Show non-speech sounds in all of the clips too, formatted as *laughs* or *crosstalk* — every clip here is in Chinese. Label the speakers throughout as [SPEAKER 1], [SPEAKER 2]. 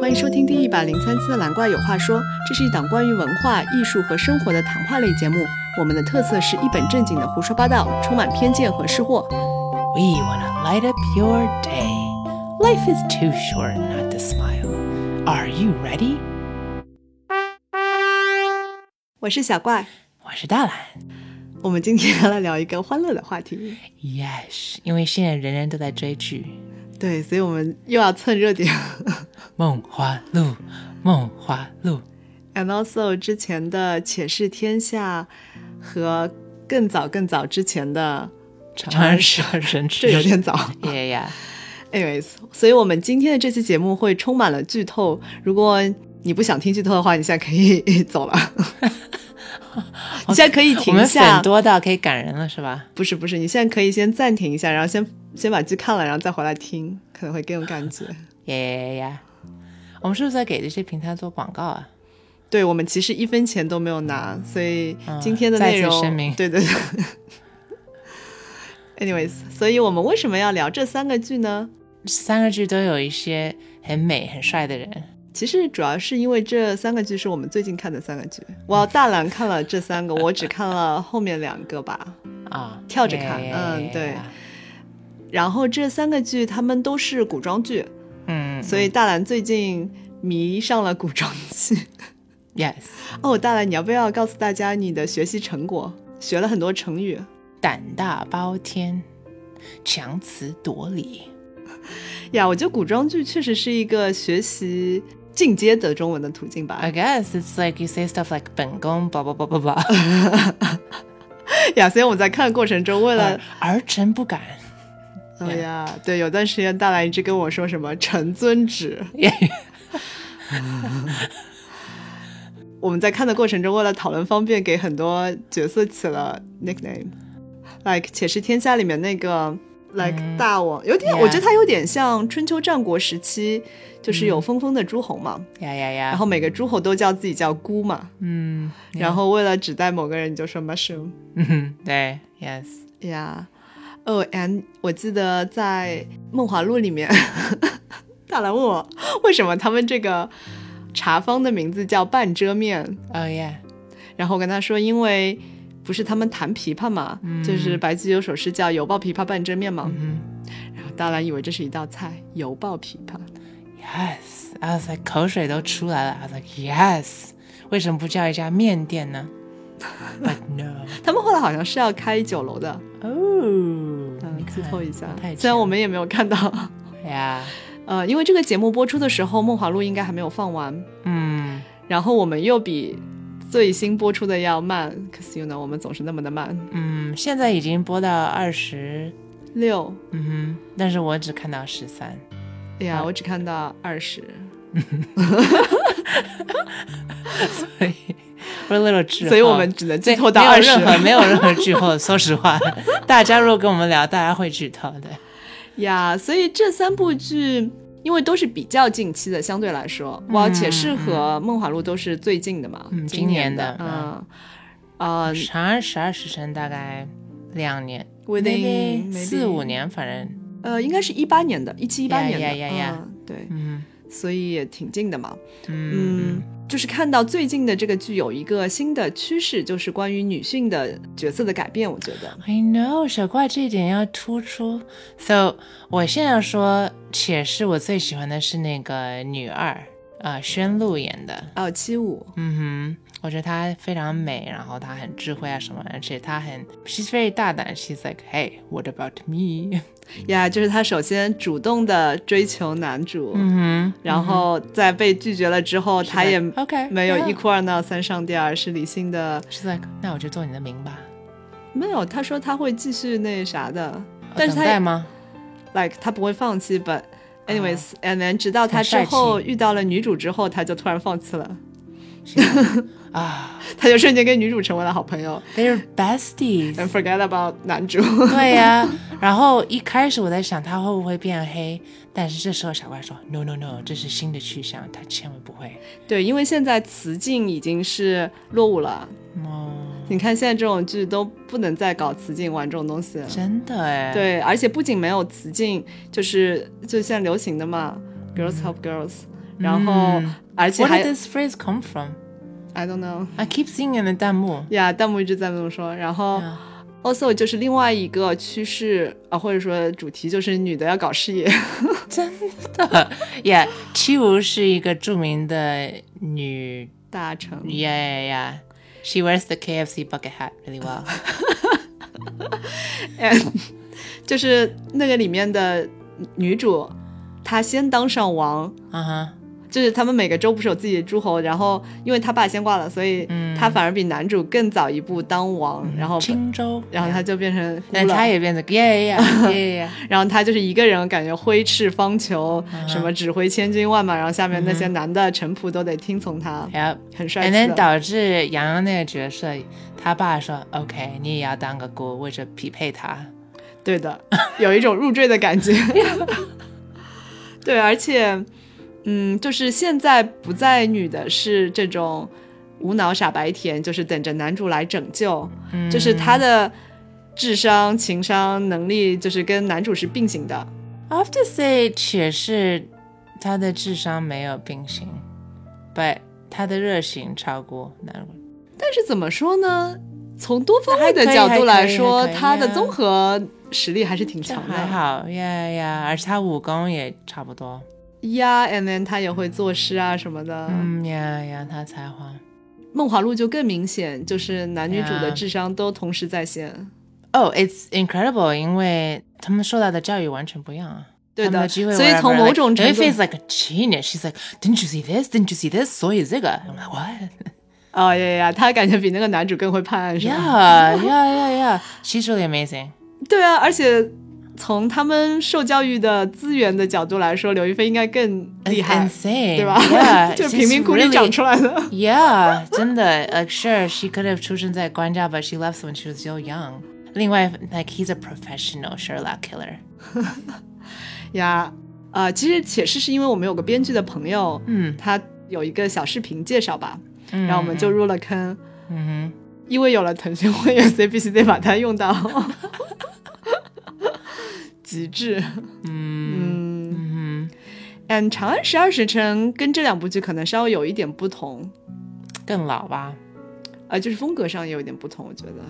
[SPEAKER 1] 欢迎收听第一百零三次《蓝怪有话说》，这是一档关于文化艺术和生活的谈话类节目。我们的特色是一本正经的胡说八道，充满偏见和吃货。
[SPEAKER 2] We want to light up your day. Life is too short not to smile. Are you ready?
[SPEAKER 1] 我是小怪，
[SPEAKER 2] 我是大懒。
[SPEAKER 1] 我们今天来聊一个欢乐的话题。
[SPEAKER 2] Yes，因为现在人人都在追剧
[SPEAKER 1] 对，所以我们又要蹭热点。 *laughs*
[SPEAKER 2] 《梦花录》，《梦花录》。
[SPEAKER 1] And also 之前的《且试天下》和更早更早之前的，
[SPEAKER 2] 长安十二生
[SPEAKER 1] 这
[SPEAKER 2] 肖
[SPEAKER 1] *laughs* 有点早。 *laughs*
[SPEAKER 2] Yeah, yeah.
[SPEAKER 1] Anyways，所以我们今天的这期节目会充满了剧透。如果你不想听剧透的话，你现在可以 *laughs* 走了。
[SPEAKER 2] *laughs*
[SPEAKER 1] 你现在可以
[SPEAKER 2] 我
[SPEAKER 1] 停
[SPEAKER 2] 们
[SPEAKER 1] 下
[SPEAKER 2] 粉，多到可以感人了，是吧？
[SPEAKER 1] 不是不是，你现在可以先暂停一下，然后先先把剧看了，然后再回来听，可能会更有感觉。
[SPEAKER 2] Yeah, yeah, yeah. 我们是不是在给这些平台做广告啊？
[SPEAKER 1] 对我们其实一分钱都没有拿，所以今天的
[SPEAKER 2] *laughs* 嗯再
[SPEAKER 1] 内
[SPEAKER 2] 次
[SPEAKER 1] 容，
[SPEAKER 2] 声明
[SPEAKER 1] 对对 *laughs* 对。Anyways，所以我们为什么要聊这三个剧呢？
[SPEAKER 2] 三个剧都有一些很美、很帅的人。
[SPEAKER 1] 其实主要是因为这三个剧是我们最近看的三个剧。哇，大蓝看了这三个，我只看了后面两个吧。
[SPEAKER 2] 啊，
[SPEAKER 1] 跳着看
[SPEAKER 2] Yeah,
[SPEAKER 1] 嗯对
[SPEAKER 2] yeah, yeah.
[SPEAKER 1] 然后这三个剧他们都是古装剧，
[SPEAKER 2] 嗯，
[SPEAKER 1] 所以大蓝最近迷上了古装剧。 *laughs*
[SPEAKER 2] yes，
[SPEAKER 1] 哦，大蓝，你要不要告诉大家你的学习成果？学了很多成语。
[SPEAKER 2] 胆大包天，强词夺理。
[SPEAKER 1] 呀，我觉得古装剧确实是一个学习进阶的中文的途径吧。
[SPEAKER 2] I guess it's like you say stuff like 本宫 blah blah blah blah *laughs* blah，
[SPEAKER 1] 呀，所以我们在看的过程中，为了
[SPEAKER 2] 而，儿臣不敢。
[SPEAKER 1] 哎呀，对，有段时间大蓝一直跟我说什么“臣遵旨”， *laughs* 我们在看的过程中，为了讨论方便，给很多角色起了 nickname。Like《且试天下》里面那个 Like、
[SPEAKER 2] 嗯
[SPEAKER 1] 大王，有点
[SPEAKER 2] Yeah
[SPEAKER 1] 我觉得他有点像春秋战国时期，就是有分封的诸侯嘛，
[SPEAKER 2] 呀呀呀！
[SPEAKER 1] 然后每个诸侯都叫自己叫姑嘛，
[SPEAKER 2] 嗯，
[SPEAKER 1] 然后为了指代某个人，你就说 mushroom。
[SPEAKER 2] 嗯对，yes，
[SPEAKER 1] 呀，哦，and 我记得在《梦华录》里面， *laughs* 大兰问我为什么他们这个茶坊的名字叫半遮面，
[SPEAKER 2] oh yeah，
[SPEAKER 1] 然后我跟他说，因为不是他们弹琵琶嘛，就是白居易有首诗叫“犹抱琵琶半遮面”嘛，
[SPEAKER 2] 嗯
[SPEAKER 1] 然后大兰以为这是一道菜，犹抱琵琶。
[SPEAKER 2] ，yes，I was like 口水都出来了，I was like yes，为什么不叫一家面店呢？But no，
[SPEAKER 1] 他们后来好像是要开酒楼的，
[SPEAKER 2] 哦，
[SPEAKER 1] 嗯
[SPEAKER 2] 你，
[SPEAKER 1] 剧
[SPEAKER 2] 看
[SPEAKER 1] 透一下
[SPEAKER 2] 太，
[SPEAKER 1] 虽然
[SPEAKER 2] 强
[SPEAKER 1] 我们也没有看到， *laughs*
[SPEAKER 2] 呀，
[SPEAKER 1] 呃，因为这个节目播出的时候，《梦华录》应该还没有放完。
[SPEAKER 2] 嗯，
[SPEAKER 1] 然后我们又比最新播出的要慢，cause you know 我们总是那么的慢。
[SPEAKER 2] 嗯，现在已经播到二十，
[SPEAKER 1] 六，
[SPEAKER 2] 嗯哼，但是我只看到十三。
[SPEAKER 1] 哎呀，
[SPEAKER 2] 嗯
[SPEAKER 1] 我只看到二十。
[SPEAKER 2] 所以我有 little 滞后，
[SPEAKER 1] 所以我们只能
[SPEAKER 2] 对
[SPEAKER 1] 剧透到
[SPEAKER 2] 没有任
[SPEAKER 1] 20 *laughs*
[SPEAKER 2] 何没有任何剧透。说实话，大家如果跟我们聊，大家会剧透的。
[SPEAKER 1] 呀，所以这三部剧因为都是比较近期的，相对来说，哇，且是和《梦华录》都是最近的嘛，
[SPEAKER 2] 嗯
[SPEAKER 1] 今的
[SPEAKER 2] 今，年的
[SPEAKER 1] 嗯，啊
[SPEAKER 2] 长安十二时辰大概两年
[SPEAKER 1] Within-
[SPEAKER 2] maybe
[SPEAKER 1] maybe-
[SPEAKER 2] 四五年，反正
[SPEAKER 1] 呃，应该是一八年的，一七一八
[SPEAKER 2] Yeah,
[SPEAKER 1] 年的
[SPEAKER 2] yeah, yeah, yeah
[SPEAKER 1] 嗯对，
[SPEAKER 2] 嗯
[SPEAKER 1] 所以也挺近的嘛，
[SPEAKER 2] 嗯
[SPEAKER 1] 嗯。就是看到最近的这个剧有一个新的趋势，就是关于女性的角色的改变，我觉得，
[SPEAKER 2] 嗯 I know，小怪这一点要突出。So，我现在要说，且是我最喜欢的是那个女二，呃，宣露演的。
[SPEAKER 1] 哦，七五，
[SPEAKER 2] 嗯哼，我觉得她非常美，然后她很智慧啊什么，而且她很，she's very 大胆，she's like hey what about me？
[SPEAKER 1] 呀就是她首先主动的追求男主，
[SPEAKER 2] 嗯哼，
[SPEAKER 1] 然后在被拒绝了之后，她也
[SPEAKER 2] OK
[SPEAKER 1] 没有一
[SPEAKER 2] 哭。
[SPEAKER 1] 哭二闹三上吊，而是理性的。
[SPEAKER 2] she's like 那我就做你的名吧，
[SPEAKER 1] 没有，她说她会继续那啥的，但
[SPEAKER 2] 哦等
[SPEAKER 1] 是她 *laughs*
[SPEAKER 2] 待吗？
[SPEAKER 1] like 她不会放弃，but anyways，and then 直到她之后
[SPEAKER 2] 哦很帅
[SPEAKER 1] 遇到了女主之后，她就突然放弃了，
[SPEAKER 2] She's like，啊
[SPEAKER 1] 她就瞬间跟女主成为了好朋友
[SPEAKER 2] ，they're besties。
[SPEAKER 1] *laughs* ，and forget about 男主。
[SPEAKER 2] 对呀、然后一开始我在想他会不会变黑，但是这时候小怪说 no no no，这是新的去向，他千万不会。
[SPEAKER 1] 对，因为现在雌竞已经是落伍了，
[SPEAKER 2] 哦，
[SPEAKER 1] 你看现在这种剧都不能再搞雌竞玩这种东西了。
[SPEAKER 2] 真的哎，，
[SPEAKER 1] 对，而且不仅没有雌竞，就是就现在流行的嘛，girls help girls，、然后、
[SPEAKER 2] 嗯
[SPEAKER 1] 而且
[SPEAKER 2] Where
[SPEAKER 1] 还
[SPEAKER 2] did this phrase come from?
[SPEAKER 1] I don't know，
[SPEAKER 2] I keep seeing it in the 弹幕。
[SPEAKER 1] 呀、弹幕一直在这么说，然后。also 就是另外一个趋势啊，或者说主题就是女的要搞事业， *laughs*
[SPEAKER 2] 真的，Yeah，七五是一个著名的女
[SPEAKER 1] 大成
[SPEAKER 2] ，Yeah Yeah Yeah，She wears the KFC bucket hat really well 。
[SPEAKER 1] *laughs* And 就是那个里面的女主，她先当上王，
[SPEAKER 2] 嗯哼，
[SPEAKER 1] 就是他们每个州不是有自己的诸侯，然后因为她爸先挂了，所以
[SPEAKER 2] 嗯
[SPEAKER 1] 她反而比男主更早一步当王，然后
[SPEAKER 2] 青州，
[SPEAKER 1] 然后她就变成孤
[SPEAKER 2] 嗯但她
[SPEAKER 1] 了，
[SPEAKER 2] 也变成 Yeah Yeah
[SPEAKER 1] *laughs*
[SPEAKER 2] Yeah Yeah，yeah
[SPEAKER 1] 然后她就是一个人感觉挥斥方遒，
[SPEAKER 2] 嗯
[SPEAKER 1] 什么指挥千军万马，然后下面那些男的臣仆都得听从她，
[SPEAKER 2] yeah，Yep。
[SPEAKER 1] 很帅
[SPEAKER 2] 嗯 And
[SPEAKER 1] 气
[SPEAKER 2] then
[SPEAKER 1] 的。
[SPEAKER 2] 导致洋洋那个角色，他爸说 OK，你也要当个姑，为了匹配他。
[SPEAKER 1] 对的，有一种入赘的
[SPEAKER 2] *laughs*
[SPEAKER 1] 感觉。对，而且，嗯，就是现在不再女的是这种无脑傻白甜，就是等着男主来拯救，
[SPEAKER 2] 嗯
[SPEAKER 1] 就是她的智商、情商、能力，就是跟男主是并行的。
[SPEAKER 2] I have to say，且是他的智商没有并行，but 他的热情超过男人。
[SPEAKER 1] 但是怎么说呢？从多方位的
[SPEAKER 2] 还可以
[SPEAKER 1] 角度来
[SPEAKER 2] 还
[SPEAKER 1] 说，
[SPEAKER 2] 可以还可以
[SPEAKER 1] 她的
[SPEAKER 2] 呀
[SPEAKER 1] 综合实力还是挺
[SPEAKER 2] 这
[SPEAKER 1] 强
[SPEAKER 2] 还
[SPEAKER 1] 的。
[SPEAKER 2] 好呀呀，而且他武功也差不多。
[SPEAKER 1] 呀、a n d then 她也会作诗啊什么的。
[SPEAKER 2] 嗯呀呀，他才华。
[SPEAKER 1] 梦华录就更明显，就是男女主的
[SPEAKER 2] Yeah.
[SPEAKER 1] 智商都同时在线。
[SPEAKER 2] Oh, it's incredible，因为他们受到的教育完全不一样啊。
[SPEAKER 1] 对
[SPEAKER 2] 他们
[SPEAKER 1] 的，
[SPEAKER 2] 机会
[SPEAKER 1] 所以
[SPEAKER 2] whatever，
[SPEAKER 1] 从某种
[SPEAKER 2] like, 哎
[SPEAKER 1] 程
[SPEAKER 2] if
[SPEAKER 1] 度
[SPEAKER 2] it's like a genius, she's like, didn't you see this? Didn't you see this? 所以这个，I'm like what?
[SPEAKER 1] 哦呀呀，他感觉比那个男主更会判案，是吧
[SPEAKER 2] Yeah, yeah, yeah, yeah. She's really amazing.
[SPEAKER 1] 对啊，而且从他们受教育的资源的角度来说，刘亦菲应该更
[SPEAKER 2] It's
[SPEAKER 1] *laughs* 厉害，
[SPEAKER 2] insane.
[SPEAKER 1] 对吧
[SPEAKER 2] Yeah,
[SPEAKER 1] *laughs* 就是贫
[SPEAKER 2] she's
[SPEAKER 1] 民窟里
[SPEAKER 2] really-
[SPEAKER 1] 长出来的。
[SPEAKER 2] *laughs*
[SPEAKER 1] *laughs*
[SPEAKER 2] Yeah, 真的. Like, sure, she could have chosen that Guanja, but she left when she was so young. 另外, like, he's a professional Sherlock killer.
[SPEAKER 1] 呀，啊，其实且是是因为我们有个编剧的朋友，
[SPEAKER 2] 嗯
[SPEAKER 1] 他有一个小视频介绍吧，然后我们就入了坑，
[SPEAKER 2] 嗯
[SPEAKER 1] 因为有了腾讯会员，所以必须得把它用到 *laughs* 极致。嗯
[SPEAKER 2] 嗯
[SPEAKER 1] 嗯，《长安十二时辰》跟这两部剧可能稍微有一点不同，
[SPEAKER 2] 更老吧。
[SPEAKER 1] 呃，就是风格上也有一点不同，我觉得。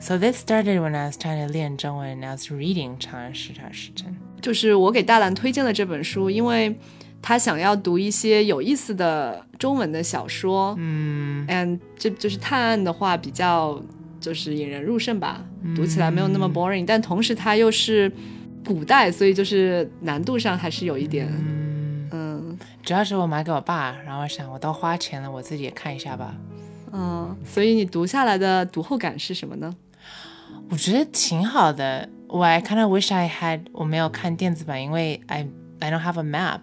[SPEAKER 2] So this started when I was trying to 练中文，and I was reading《长安十二时辰》。
[SPEAKER 1] 就是我给大兰推荐了这本书，因为他想要读一些有意思的中文的小说，
[SPEAKER 2] 嗯
[SPEAKER 1] and 这就是探案的话比较就是引人入胜吧，读起来没有那么 boring，但同时它又是古代，所以就是难度上还是有一点，
[SPEAKER 2] 嗯，
[SPEAKER 1] 嗯
[SPEAKER 2] 主要是我买给我爸，然后我想我都花钱了，我自己也看一下吧。
[SPEAKER 1] 嗯，所以你读下来的读后感是什么呢？
[SPEAKER 2] 我觉得挺好的。我 I kind of wish I had 我没有看电子版，因为 I I don't have a map，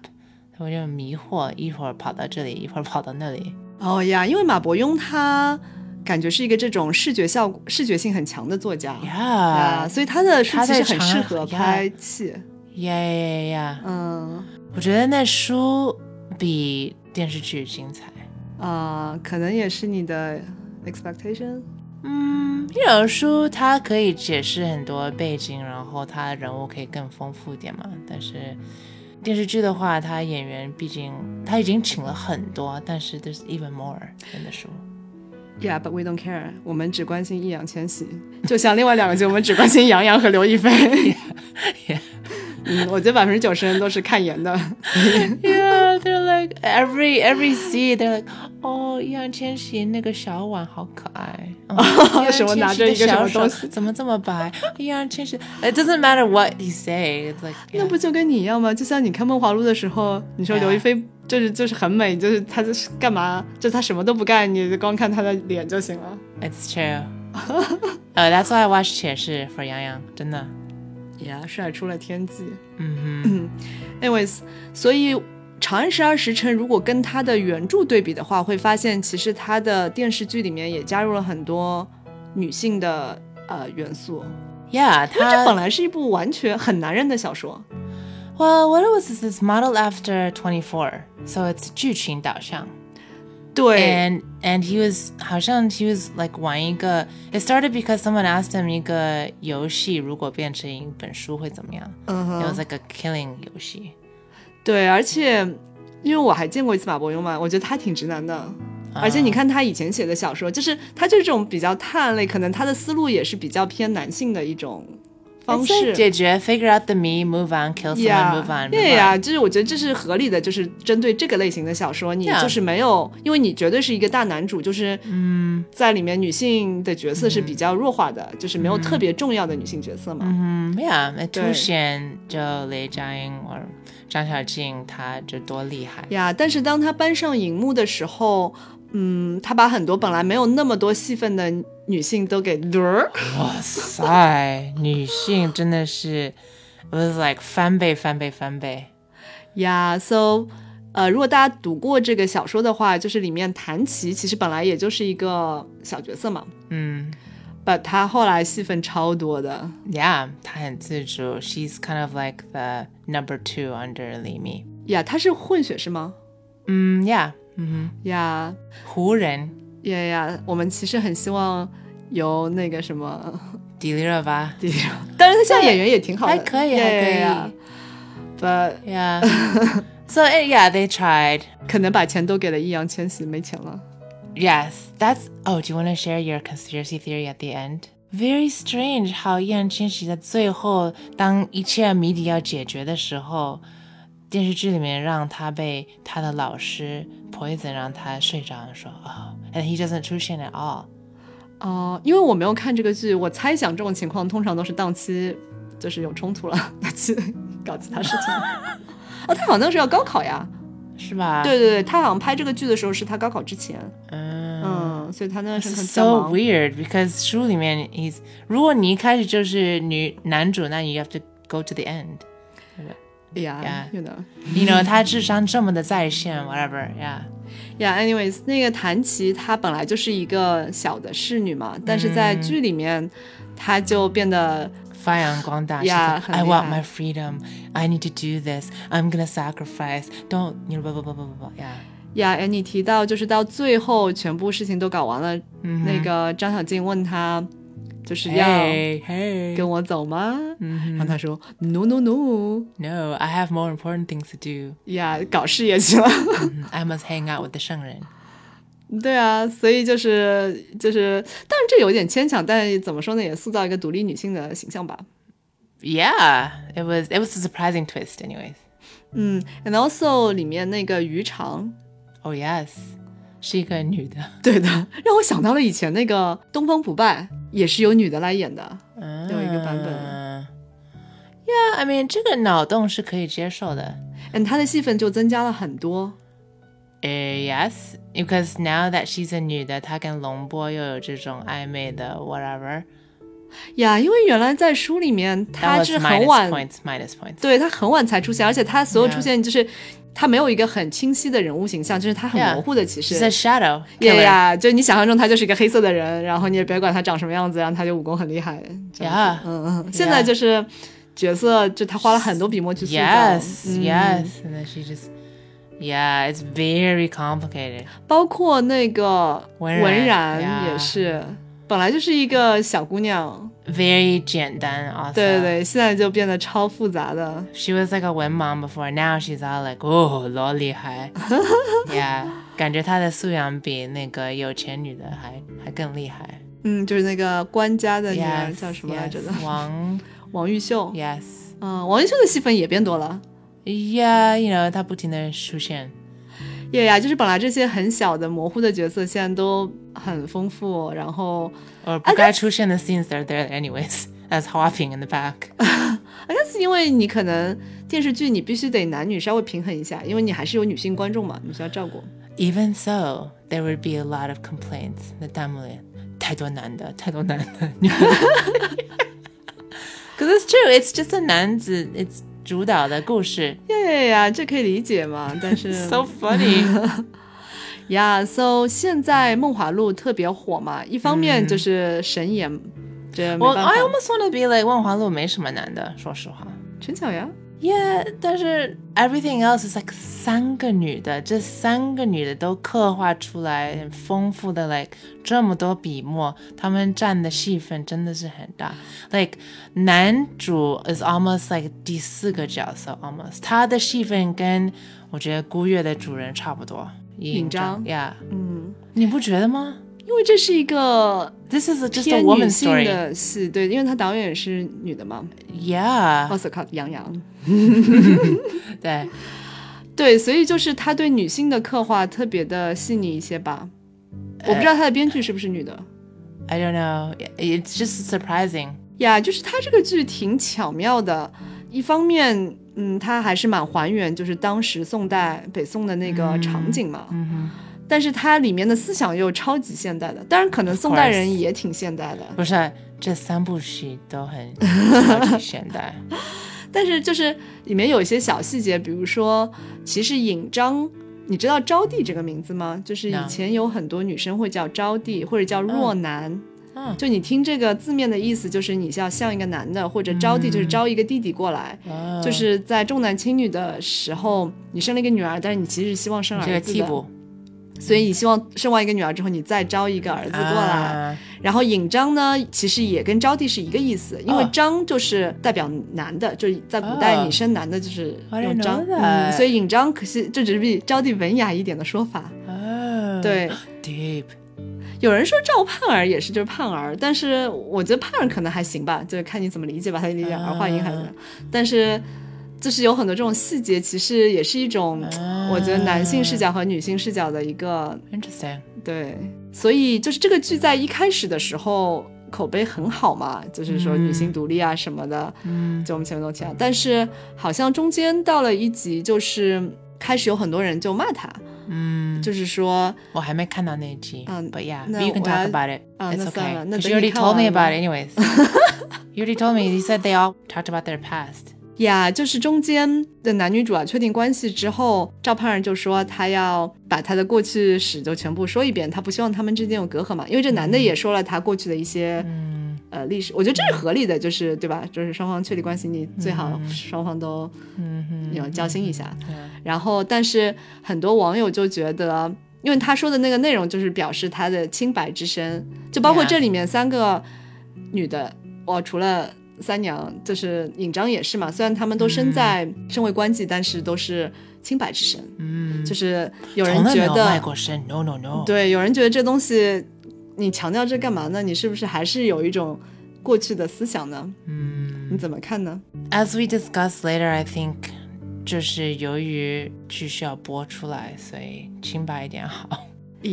[SPEAKER 2] 我就迷惑，一会儿跑到这里，一会儿跑到那里。
[SPEAKER 1] 哦呀，因为马伯庸他感觉是一个这种视觉效果、视觉性很强的作家。啊，
[SPEAKER 2] Yeah，yeah
[SPEAKER 1] 所以他的书
[SPEAKER 2] 他
[SPEAKER 1] 其
[SPEAKER 2] 在
[SPEAKER 1] 实很
[SPEAKER 2] 长
[SPEAKER 1] 适
[SPEAKER 2] 安
[SPEAKER 1] 合
[SPEAKER 2] 呀
[SPEAKER 1] 拍戏。
[SPEAKER 2] yeah yeah，
[SPEAKER 1] 嗯
[SPEAKER 2] 我觉得那书比电视剧精彩。
[SPEAKER 1] 啊、可能也是你的 expectation。
[SPEAKER 2] 嗯，一本书它可以解释很多背景，然后它人物可以更丰富一点嘛。但是电视剧的话，它演员毕竟他已经请了很多，但是 there's even more in the 书。
[SPEAKER 1] Yeah, but we don't care。我们只关心易烊千玺，就像另外两个剧，我们只关心杨洋和刘亦菲。
[SPEAKER 2] *laughs* yeah.
[SPEAKER 1] 嗯，我觉得百分之九十人都是看颜的。
[SPEAKER 2] Yeah, they're like every every *sighs* scene, they're like, oh，易烊千玺那个小碗好可爱，哦 *laughs* 易烊
[SPEAKER 1] 什么
[SPEAKER 2] 千
[SPEAKER 1] 拿
[SPEAKER 2] 玺
[SPEAKER 1] 着
[SPEAKER 2] 的
[SPEAKER 1] 一个什
[SPEAKER 2] 小
[SPEAKER 1] 么东
[SPEAKER 2] 手怎么这么白？ *laughs* 易烊千玺，it doesn't matter what he say, it's like
[SPEAKER 1] 那不就跟你一样吗？就像你看《梦华录》的时候，你说
[SPEAKER 2] Yeah.
[SPEAKER 1] 刘亦菲就是就是很美，就是她就是干嘛，就她什么都不干，你就光看她的脸就行了。
[SPEAKER 2] It's true. *laughs* 呃、t h a t s why I watch 且是 for 杨洋，真的。
[SPEAKER 1] 呀、帅出了天际。
[SPEAKER 2] 嗯哼，
[SPEAKER 1] *clears throat* Anyways，所以《长安十二时辰》如果跟它的原著对比的话，会发现其实它的电视剧里面也加入了很多女性的呃元素，
[SPEAKER 2] Yeah，
[SPEAKER 1] 因为这本
[SPEAKER 2] 他
[SPEAKER 1] 来是一部完全很男人的小说。
[SPEAKER 2] Well, what was this? It's modeled after Twenty Four, so it's 剧情导向。
[SPEAKER 1] 对
[SPEAKER 2] And and he was 好像 he was like 玩一个。It started because someone asked him 一个游戏如果变成一本书会怎么样。
[SPEAKER 1] 嗯哼
[SPEAKER 2] It was like a killing 游戏。
[SPEAKER 1] 对，而且因为我还见过一次马伯庸嘛，我觉得他挺直男的。
[SPEAKER 2] 啊
[SPEAKER 1] 而且你看他以前写的小说，就是他这种比较探类，可能他的思路也是比较偏男性的一种方
[SPEAKER 2] It's like
[SPEAKER 1] 式。
[SPEAKER 2] 解决，figure out the me, move on, kill someone, move on, move on.
[SPEAKER 1] 对呀，就是我觉得这是合理的，就是针对这个类型的小说，你
[SPEAKER 2] Yeah
[SPEAKER 1] 就是没有，因为你绝对是一个大男主，就是
[SPEAKER 2] 嗯
[SPEAKER 1] 在里面女性的角色是比较弱化的，就是没有特别重要的女性角色嘛。
[SPEAKER 2] 嗯，Yeah，那 Mm-hmm. 凸
[SPEAKER 1] 对
[SPEAKER 2] 显就雷佳音或者张小静，她就多厉害。
[SPEAKER 1] 呀，但是当他搬上荧幕的时候，嗯，他把很多本来没有那么多戏份的女性都给嘚
[SPEAKER 2] *laughs*
[SPEAKER 1] 儿，
[SPEAKER 2] 哇塞，女性真的是，it was like 翻倍翻倍翻倍。
[SPEAKER 1] 呀、s o 呃，如果大家读过这个小说的话，就是里面谭琪其实本来也就是一个小角色嘛
[SPEAKER 2] 嗯
[SPEAKER 1] ，but 她后来戏份超多的。
[SPEAKER 2] ，Yeah，她很自主，she's kind of like the number two under 李密。
[SPEAKER 1] 呀、她是混血是吗？
[SPEAKER 2] 嗯，Yeah，嗯
[SPEAKER 1] 呀
[SPEAKER 2] 哼，湖人
[SPEAKER 1] 呀呀，我们其实很希望由那个什
[SPEAKER 2] *laughs*
[SPEAKER 1] 么，
[SPEAKER 2] 迪丽热巴
[SPEAKER 1] 当然她现在演员也挺好的，
[SPEAKER 2] 还可以，
[SPEAKER 1] 呀
[SPEAKER 2] 还可以。
[SPEAKER 1] 呀呀 But
[SPEAKER 2] Yeah. so eh, yeah, they tried.
[SPEAKER 1] 可能把钱都给了易烊千玺，没钱了。
[SPEAKER 2] Yes, that's. Oh, do you want to share your conspiracy theory at the end? Very strange how 易烊千玺在最后当一切谜底要解决的时候，电视剧里面让他被他的老师 Poison 让他睡着，说 Oh, and he doesn't 出现 at all.
[SPEAKER 1] 哦、因为我没有看这个剧，我猜想这种情况通常都是档期就是有冲突了，他去搞其他事情了。哦，他好像那时候要高考呀，
[SPEAKER 2] 是吧？
[SPEAKER 1] 对，对对，他好像拍这个剧的时候是他高考之前，
[SPEAKER 2] 嗯。
[SPEAKER 1] 嗯，所以他那时候
[SPEAKER 2] This
[SPEAKER 1] 很
[SPEAKER 2] is
[SPEAKER 1] 在
[SPEAKER 2] so
[SPEAKER 1] 忙。
[SPEAKER 2] weird because 书里面 he's 如果你一开始就是女男主，那 you have to go to the end。
[SPEAKER 1] 呀，you know，
[SPEAKER 2] you know，他智商这么的在线，whatever，yeah，
[SPEAKER 1] 呀，anyways，那个谭琪她本来就是一个小的侍女嘛，但是在剧里面，她就变得
[SPEAKER 2] 发扬光大。
[SPEAKER 1] Yeah，
[SPEAKER 2] she's
[SPEAKER 1] 很
[SPEAKER 2] like, I
[SPEAKER 1] 厉
[SPEAKER 2] want
[SPEAKER 1] 害
[SPEAKER 2] my freedom. I need to do this. I'm gonna sacrifice. Don't you know? Blah blah blah blah blah. blah, Yeah.
[SPEAKER 1] 呀，哎，你提到就是到最后全部事情都搞完了，
[SPEAKER 2] 嗯
[SPEAKER 1] 那个张小静问他，就是要。
[SPEAKER 2] Hey, hey.
[SPEAKER 1] 跟我走吗？然后
[SPEAKER 2] Mhm.
[SPEAKER 1] 他说 No No No，
[SPEAKER 2] No, I have more important things to do. *clears throat*
[SPEAKER 1] 呀搞事业去了。 *laughs*
[SPEAKER 2] Mhm. I must hang out with the 圣人。
[SPEAKER 1] 对啊，所以就是就是，当然这有点牵强，但怎么说呢，也塑造一个独立女性的形象吧。
[SPEAKER 2] Yeah, it was it was a surprising twist. Anyways,
[SPEAKER 1] 嗯，and also 里面那个鱼肠，
[SPEAKER 2] oh yes，是一个女的。
[SPEAKER 1] *laughs* 对的，让我想到了以前那个《东方不败》，也是由女的来演的。有一个版本。
[SPEAKER 2] 嗯 Yeah, I mean 这个脑洞是可以接受的。
[SPEAKER 1] 嗯，她的戏份就增加了很多。
[SPEAKER 2] Uh, yes, because now that she's a 女的，她跟龙波又有这种暧昧的 whatever.
[SPEAKER 1] 呀，因为原来在书里面
[SPEAKER 2] That
[SPEAKER 1] 她
[SPEAKER 2] was
[SPEAKER 1] 是很
[SPEAKER 2] minus
[SPEAKER 1] 晚
[SPEAKER 2] points, minus points.
[SPEAKER 1] 对他很晚才出现，而且他所有
[SPEAKER 2] Yeah.
[SPEAKER 1] 出现就是他没有一个很清晰的人物形象，就是他很
[SPEAKER 2] Yeah.
[SPEAKER 1] 模糊的。其
[SPEAKER 2] She's a
[SPEAKER 1] 实，
[SPEAKER 2] shadow
[SPEAKER 1] 对
[SPEAKER 2] killer.
[SPEAKER 1] 呀，就你想象中他就是一个黑色的人，然后你也别管他长什么样子，然后他就武功很厉害。这样子
[SPEAKER 2] Yeah.
[SPEAKER 1] 嗯嗯，现在就是角色，就他花了很多笔墨去塑造。
[SPEAKER 2] Yes,
[SPEAKER 1] 嗯
[SPEAKER 2] yes, and then she just, yeah, it's very complicated.
[SPEAKER 1] 包括那个
[SPEAKER 2] 文哎然
[SPEAKER 1] 文然
[SPEAKER 2] Yeah.
[SPEAKER 1] 也是，本来就是一个小姑
[SPEAKER 2] *laughs*
[SPEAKER 1] 娘，
[SPEAKER 2] Very 简单 also.
[SPEAKER 1] 对对对，现
[SPEAKER 2] 啊
[SPEAKER 1] 在就变得超复杂的。
[SPEAKER 2] She was like a 文盲 before. Now she's all like,
[SPEAKER 1] *laughs*
[SPEAKER 2] oh, 罗厉害. yeah, 感觉她的素养比那个有钱女的还还更厉害。
[SPEAKER 1] 嗯，就是那个官家的女儿
[SPEAKER 2] Yes,
[SPEAKER 1] 叫什么来着的 *laughs*
[SPEAKER 2] yes, 王
[SPEAKER 1] 王玉秀。
[SPEAKER 2] Yes.
[SPEAKER 1] 嗯，王一秀的戏份也变多了。
[SPEAKER 2] Yeah, you know, 他不停的出现。
[SPEAKER 1] 也呀，就是本来这些很小的模糊的角色，现在都很丰富。然后
[SPEAKER 2] Or
[SPEAKER 1] And that's-
[SPEAKER 2] 不该出现的 scenes that are there anyways. *laughs* That's hopping in the back.
[SPEAKER 1] I guess 因为你可能电视剧你必须得男女稍微平衡一下，因为你还是有女性观众嘛，你需要照顾。
[SPEAKER 2] Even so, there would be a lot of complaints. *laughs* 那弹幕里太多男的，太多男的。Because it's true, it's just a 男子 it's 主导的故事。
[SPEAKER 1] 呀呀呀，这可以理解嘛？但是
[SPEAKER 2] *laughs* So funny.
[SPEAKER 1] 呀，so 现在《梦华录》特别火嘛，一方
[SPEAKER 2] 嗯
[SPEAKER 1] 面就是神 *laughs* 颜，这没
[SPEAKER 2] well,
[SPEAKER 1] 办法
[SPEAKER 2] I。almost want to be like 万华路没什么男的，说实话。
[SPEAKER 1] 陈小阳
[SPEAKER 2] Yeah，但是 everything else is like 三个女的，这三个女的都刻画出来很丰富的，like 这么多笔墨，她们占的戏份真的是很大。Like 男主 is almost like 第四个角色，almost 他的戏份跟我觉得孤月的主人差不多。
[SPEAKER 1] 尹章
[SPEAKER 2] ，Yeah，
[SPEAKER 1] 嗯，
[SPEAKER 2] 你不觉得吗
[SPEAKER 1] 因为这是一个
[SPEAKER 2] ？This is a- just a
[SPEAKER 1] 偏女
[SPEAKER 2] woman
[SPEAKER 1] 性
[SPEAKER 2] story.
[SPEAKER 1] 的戏，对，因为她导演也是女的嘛，
[SPEAKER 2] Yeah，
[SPEAKER 1] 奥斯卡杨洋。
[SPEAKER 2] 对，
[SPEAKER 1] 对，所以就是她对女性的刻画特别的细腻一些吧。
[SPEAKER 2] 哎
[SPEAKER 1] 我不知道她的编剧是不是女的。
[SPEAKER 2] I don't know. It's just surprising.
[SPEAKER 1] 呀就是它这个剧挺巧妙的。一方面，嗯，它还是蛮还原，就是当时宋代北宋的那个场景嘛。
[SPEAKER 2] 嗯
[SPEAKER 1] 但是它里面的思想又超级现代的，当然可能
[SPEAKER 2] Of
[SPEAKER 1] 宋代
[SPEAKER 2] course
[SPEAKER 1] 人也挺现代的，
[SPEAKER 2] 不是，啊这三部戏都很 *laughs* 超级现
[SPEAKER 1] *laughs*
[SPEAKER 2] 代。
[SPEAKER 1] 但是就是里面有一些小细节，比如说，其实尹章，你知道招娣这个名字吗？就是以
[SPEAKER 2] No
[SPEAKER 1] 前有很多女生会叫招娣或者叫若男。
[SPEAKER 2] 嗯
[SPEAKER 1] 就你听这个字面的意思，就是你要像一个男的，或者招娣就是招一个弟弟过来，
[SPEAKER 2] 哦
[SPEAKER 1] 就是在重男轻女的时候，你生了一个女儿，但是你其实希望生
[SPEAKER 2] 这个
[SPEAKER 1] 儿子
[SPEAKER 2] 替
[SPEAKER 1] 的，
[SPEAKER 2] 补
[SPEAKER 1] 所以你希望生完一个女儿之后，你再招一个儿子过来。
[SPEAKER 2] 啊
[SPEAKER 1] 然后尹章呢，其实也跟招娣是一个意思，因为
[SPEAKER 2] 哦
[SPEAKER 1] 章就是代表男的，就是在古代
[SPEAKER 2] 哦
[SPEAKER 1] 你生男的就是
[SPEAKER 2] 我
[SPEAKER 1] 用
[SPEAKER 2] didn't
[SPEAKER 1] 章，
[SPEAKER 2] know
[SPEAKER 1] 嗯，
[SPEAKER 2] that
[SPEAKER 1] 所以尹章可惜这只是比招娣文雅一点的说法。
[SPEAKER 2] 哦，
[SPEAKER 1] 对，
[SPEAKER 2] ，deep，
[SPEAKER 1] 有人说赵盼儿也是就是盼儿，但是我觉得盼儿可能还行吧，就是看你怎么理解吧，他理解儿化音还是怎么样，但是就是有很多这种细节，其实也是一种、
[SPEAKER 2] 啊
[SPEAKER 1] 我觉得男性视角和女性视角的一个
[SPEAKER 2] interesting，
[SPEAKER 1] 对，所以就是这个剧在一开始的时候口碑很好嘛，就是说女性独立啊什么的，
[SPEAKER 2] 嗯
[SPEAKER 1] 就我们前面都提到，但是好像中间到了一集就是。开始有很多人就骂他，
[SPEAKER 2] 嗯，
[SPEAKER 1] 就是说，
[SPEAKER 2] 我还没看到那一集，
[SPEAKER 1] 嗯
[SPEAKER 2] b u t
[SPEAKER 1] 那
[SPEAKER 2] yeah，you can
[SPEAKER 1] 我要
[SPEAKER 2] talk about it，
[SPEAKER 1] 啊
[SPEAKER 2] it's
[SPEAKER 1] 那算了
[SPEAKER 2] okay，
[SPEAKER 1] 那
[SPEAKER 2] because
[SPEAKER 1] 等
[SPEAKER 2] you
[SPEAKER 1] 你
[SPEAKER 2] already
[SPEAKER 1] 看
[SPEAKER 2] told me
[SPEAKER 1] 完吧
[SPEAKER 2] about it anyways。You
[SPEAKER 1] *laughs*
[SPEAKER 2] already told me. You said they all talked about their past.
[SPEAKER 1] 呀就是中间的男女主啊确定关系之后，赵盼儿就说他要把他的过去史就全部说一遍，他不希望他们之间有隔阂嘛，因为这男的也说了他过去的一些、
[SPEAKER 2] 嗯
[SPEAKER 1] 呃历史，我觉得这是合理的，就是对吧？就是双方确立关系，你最好
[SPEAKER 2] 嗯
[SPEAKER 1] 双方都
[SPEAKER 2] 嗯哼，
[SPEAKER 1] 有交心一下。
[SPEAKER 2] 对
[SPEAKER 1] 然后，但是很多网友就觉得，因为他说的那个内容就是表示他的清白之身，就包括
[SPEAKER 2] Yeah
[SPEAKER 1] 这里面三个女的，哦，除了三娘，就是尹章也是嘛。虽然他们都身在身为官妓，但是都是清白之身。
[SPEAKER 2] 嗯，
[SPEAKER 1] 就是有人
[SPEAKER 2] 从来没
[SPEAKER 1] 觉
[SPEAKER 2] 有卖
[SPEAKER 1] 得，
[SPEAKER 2] 过身，no no no。
[SPEAKER 1] 对，有人觉得这东西你强调这干嘛呢？你是不是还是有一种过去的思想呢？
[SPEAKER 2] 嗯
[SPEAKER 1] 你怎么看呢？
[SPEAKER 2] As we discuss later, I think 就是由于剧需要播出来，所以清白一点
[SPEAKER 1] *laughs*
[SPEAKER 2] 好。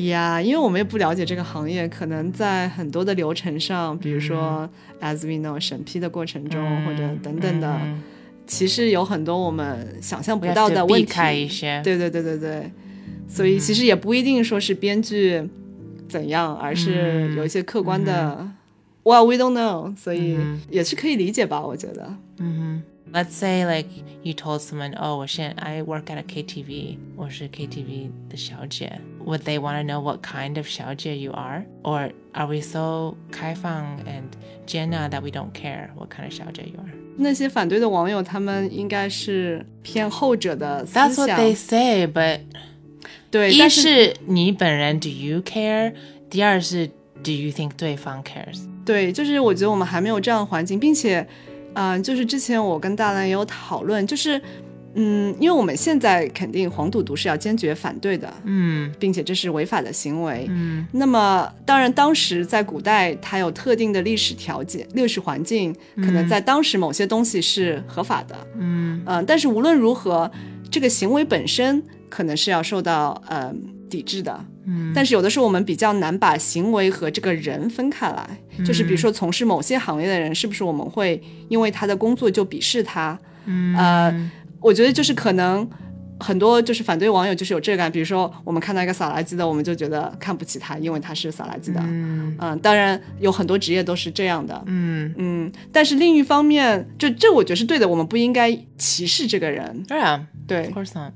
[SPEAKER 1] 呀，因为我们也不了解这个行业，可能在很多的流程上，比如说、as we know 审批的过程中，或者等等的，
[SPEAKER 2] 嗯
[SPEAKER 1] 其实有很多我们想象
[SPEAKER 2] 我
[SPEAKER 1] 不
[SPEAKER 2] 要
[SPEAKER 1] 到
[SPEAKER 2] 去
[SPEAKER 1] 的问
[SPEAKER 2] 避
[SPEAKER 1] 题。
[SPEAKER 2] 开嗯一些。
[SPEAKER 1] 对对对对对，所以其实也不一定说是编剧怎样，而是有一些客观
[SPEAKER 2] 嗯
[SPEAKER 1] 的。Well, we don't know，所以也是可以理解吧，我觉得。
[SPEAKER 2] 嗯哼，Let's say like you told someone, oh，我现在 I work at a KTV，我是 KTV 的小姐。Would they want to know what kind of 小姐 you are, or are we so 开放 and 接纳 that we don't care what kind of 小姐 you are?
[SPEAKER 1] 那些反对的网友，他们应该是偏后者的思
[SPEAKER 2] That's
[SPEAKER 1] 想
[SPEAKER 2] what they say, but
[SPEAKER 1] 对，
[SPEAKER 2] 一
[SPEAKER 1] 但是
[SPEAKER 2] 是你本人 Do you care？第二是 Do you think 对方 cares？
[SPEAKER 1] 对，就是我觉得我们还没有这样的环境，并且，嗯、就是之前我跟大兰也有讨论，就是，嗯，因为我们现在肯定黄赌毒是要坚决反对的，
[SPEAKER 2] 嗯
[SPEAKER 1] 并且这是违法的行为。
[SPEAKER 2] 嗯
[SPEAKER 1] 那么，当然，当时在古代，它有特定的历史条件、历史环境，可能在当时某些东西是合法的，
[SPEAKER 2] 嗯
[SPEAKER 1] 嗯、但是无论如何，这个行为本身可能是要受到呃抵制的，
[SPEAKER 2] 嗯
[SPEAKER 1] 但是有的时候我们比较难把行为和这个人分开来，
[SPEAKER 2] 嗯
[SPEAKER 1] 就是比如说从事某些行业的人，是不是我们会因为他的工作就鄙视他？
[SPEAKER 2] 嗯
[SPEAKER 1] 呃，我觉得就是可能很多就是反对网友就是有这个感，比如说我们看到一个扫垃圾的，我们就觉得看不起他，因为他是扫垃圾的。
[SPEAKER 2] 嗯
[SPEAKER 1] 嗯，当然有很多职业都是这样的。
[SPEAKER 2] 嗯，
[SPEAKER 1] 嗯，但是另一方面，就这我觉得是对的，我们不应该歧视这个人。
[SPEAKER 2] 对啊
[SPEAKER 1] 对
[SPEAKER 2] ，Of，course not。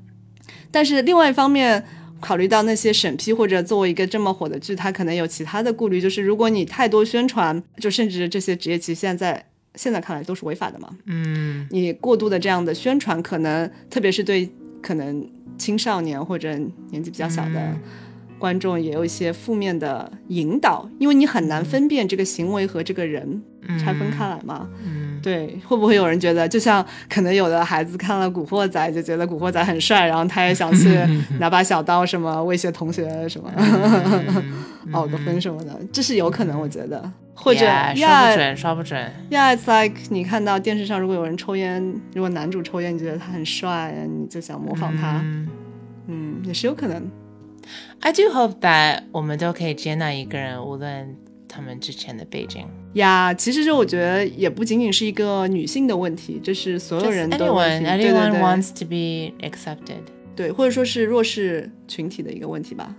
[SPEAKER 1] 但是另外一方面，考虑到那些审批或者作为一个这么火的剧，它可能有其他的顾虑，就是如果你太多宣传，就甚至这些职业其实现在在现在看来都是违法的嘛。
[SPEAKER 2] 嗯
[SPEAKER 1] 你过度的这样的宣传，可能特别是对可能青少年或者年纪比较小的
[SPEAKER 2] 嗯
[SPEAKER 1] 观众，也有一些负面的引导，因为你很难分辨这个行为和这个人
[SPEAKER 2] 嗯
[SPEAKER 1] 拆分开来嘛。
[SPEAKER 2] 嗯，
[SPEAKER 1] 对，会不会有人觉得，就像可能有的孩子看了《古惑仔》，就觉得《古惑仔》很帅，然后他也想去
[SPEAKER 2] *laughs*
[SPEAKER 1] 拿把小刀什么威胁同学什么，
[SPEAKER 2] 嗯
[SPEAKER 1] *laughs* 熬个分什么的，这是有可能，我觉得。或者
[SPEAKER 2] 呀
[SPEAKER 1] 呀
[SPEAKER 2] 嗯说不准，说不准，
[SPEAKER 1] Yeah, it's like 你看到电视上如果有人抽烟，如果男主抽烟，你觉得他很帅，你就想模仿他，
[SPEAKER 2] 嗯
[SPEAKER 1] 嗯也是有可能。
[SPEAKER 2] I do hope that 我们都可以接纳一个人，无论他们之前的背景。
[SPEAKER 1] 呀、其实这我觉得也不仅仅是一个女性的问题，这是所有
[SPEAKER 2] Just
[SPEAKER 1] 人的问
[SPEAKER 2] anyone,
[SPEAKER 1] 题，对对
[SPEAKER 2] anyone
[SPEAKER 1] 对，
[SPEAKER 2] wants to be accepted.
[SPEAKER 1] 对，或者说是弱势群体的一个问题吧。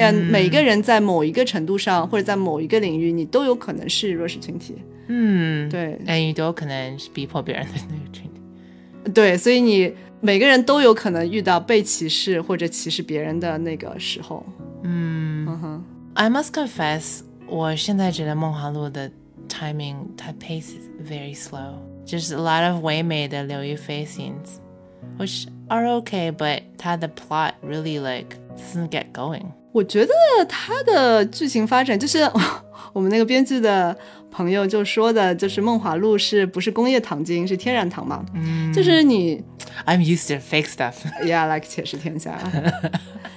[SPEAKER 1] 嗯，每个人在某一个程度上，或者在某一个领域，你都有可能是弱势群体。
[SPEAKER 2] 嗯，
[SPEAKER 1] 对，
[SPEAKER 2] 那你都有可能是逼迫别人的那个群体。
[SPEAKER 1] 对，所以你每个人都有可能遇到被歧视或者歧视别人的那个时候。
[SPEAKER 2] 嗯
[SPEAKER 1] 嗯哼，
[SPEAKER 2] ，I must confess，我现在觉得梦华录的 timing，它 pace is very slow. Just a lot of 唯美的刘亦菲 scenes, which are okay, but 它的 plot really like doesn't get going.
[SPEAKER 1] 我觉得它的剧情发展就是我们那个编剧的朋友就说的，就是梦华录是不是工业糖精，是天然糖嘛？
[SPEAKER 2] 嗯
[SPEAKER 1] 就是你
[SPEAKER 2] I'm used to fake stuff. *laughs*
[SPEAKER 1] 呀，like 且是天下，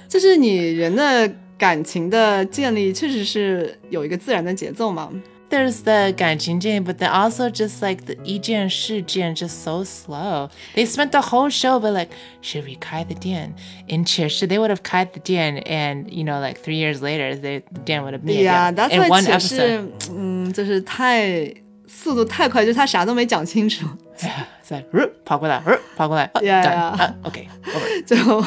[SPEAKER 1] 就是你人的感情的建立确实是有一个自然的节奏嘛。
[SPEAKER 2] There's the 感情件, but then also just like the 一件事件 just so slow. They spent the whole show, but like, should we kai the dian? In Cheshire, they would have kai the dian, and you know, like three years later, they, the dian would have been
[SPEAKER 1] Yeah, that's
[SPEAKER 2] in
[SPEAKER 1] why
[SPEAKER 2] one
[SPEAKER 1] 且
[SPEAKER 2] episode.
[SPEAKER 1] 是嗯，就是太速度太快，就是他啥都没讲清楚。
[SPEAKER 2] *laughs* Yeah, it's like, "Ruh, 跑过来, ruh, 跑过来, uh,
[SPEAKER 1] Yeah,
[SPEAKER 2] done,
[SPEAKER 1] yeah.
[SPEAKER 2] uh, okay,
[SPEAKER 1] *laughs*
[SPEAKER 2] over.
[SPEAKER 1] 就我